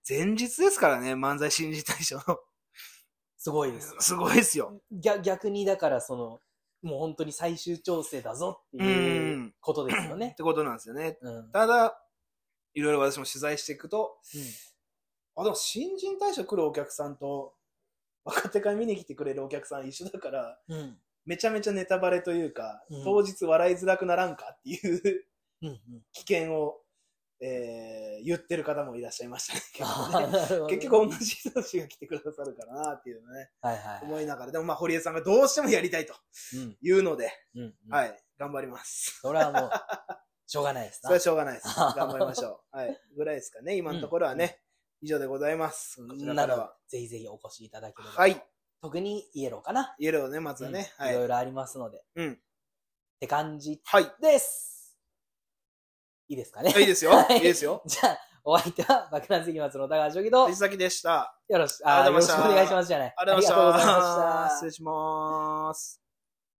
前日ですからね、漫才新人大賞の。 [laughs]
すごいですよ。
すごいですよ。
逆逆にだからその、もう本当に最終調整だぞっていううんことですよ
っ
ね。
てことなんですよね。
うん。うん
ただ、いろいろ私も取材していくと、あ、でも新人大賞来るお客さんと、若手会見に来てくれるお客さん一緒だから、
うん。
めちゃめちゃネタバレというか、
うん
当日笑いづらくならんかっていう [laughs]
うんうん。 [laughs]
危険を、えー言ってる方もいらっしゃいましたね。結
あ [laughs]
構
ー
ね
なるほどね
結局同じ人たちが来てくださるからなっていうのね、
はいはい。
思いながら。でもまあ、堀江さんがどうしてもやりたいと
うん。
いうので、
うん、うん。。
はいい、頑張ります。
それはもう、しょうがないです
そ
[laughs] な。
れはしょうがないです。
あ
頑張りましょう。はい、ぐらいですかね。今のところはね、以上でございます。こちら
な
か
る
ら
ほど
は。。
ぜひぜひお越しいただければ。
はい。
特にイエローかな。
イエローね、まずはね。
うん
はい
ろ
い。
いろありますので。
うん
って感じ
はい。です。
いいですかね。
いい [laughs] ですよ
は。
いいですよ。
[laughs] じゃあ、お相手は爆弾関松の高橋正樹と、
藤崎でした。
よろしあー
あ
よ
り
ろ
がと
しく
うございま
お願
した
いしますじゃない。
ありがとうござい
あ
ま
りがとうございました
した。。失礼します。